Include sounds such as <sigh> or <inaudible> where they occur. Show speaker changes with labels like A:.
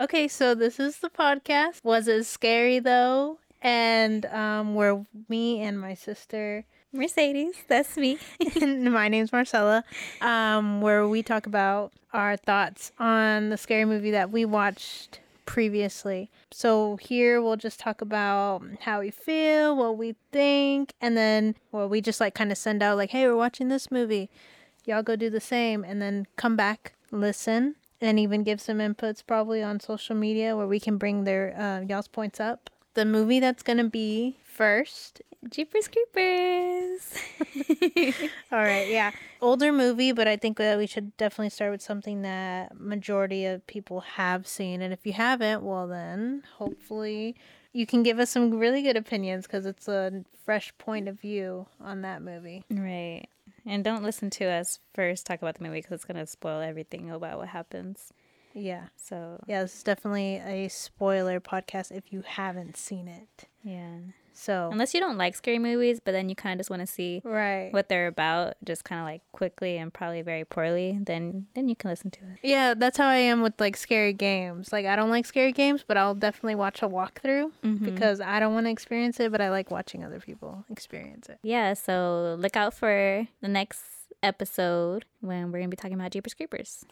A: Okay, so this is the podcast. Was it scary though? And um, where me and my sister,
B: Mercedes, that's me.
A: <laughs> and my name's Marcella, um, where we talk about our thoughts on the scary movie that we watched previously. So here we'll just talk about how we feel, what we think, and then well, we just like kind of send out like, "Hey, we're watching this movie. Y'all go do the same," and then come back, listen, and even give some inputs probably on social media where we can bring their uh, y'all's points up. The movie that's gonna be first.
B: Jeepers Creepers.
A: All right, yeah, older movie, but I think that we should definitely start with something that majority of people have seen, and if you haven't, well then hopefully you can give us some really good opinions because it's a fresh point of view on that movie.
B: right. And don't listen to us first talk about the movie because it's going to spoil everything about what happens.
A: Yeah.
B: So,
A: Yeah, this is definitely a spoiler podcast if you haven't seen it.
B: yeah.
A: So,
B: Unless you don't like scary movies, but then you kind of just want to see
A: right.
B: what they're about, just kind of like quickly and probably very poorly, then then you can listen to it.
A: Yeah, that's how I am with like scary games. Like I don't like scary games, but I'll definitely watch a walkthrough because I don't want to experience it, but I like watching other people experience it.
B: Yeah, so look out for the next episode when we're going to be talking about Jeepers Creepers.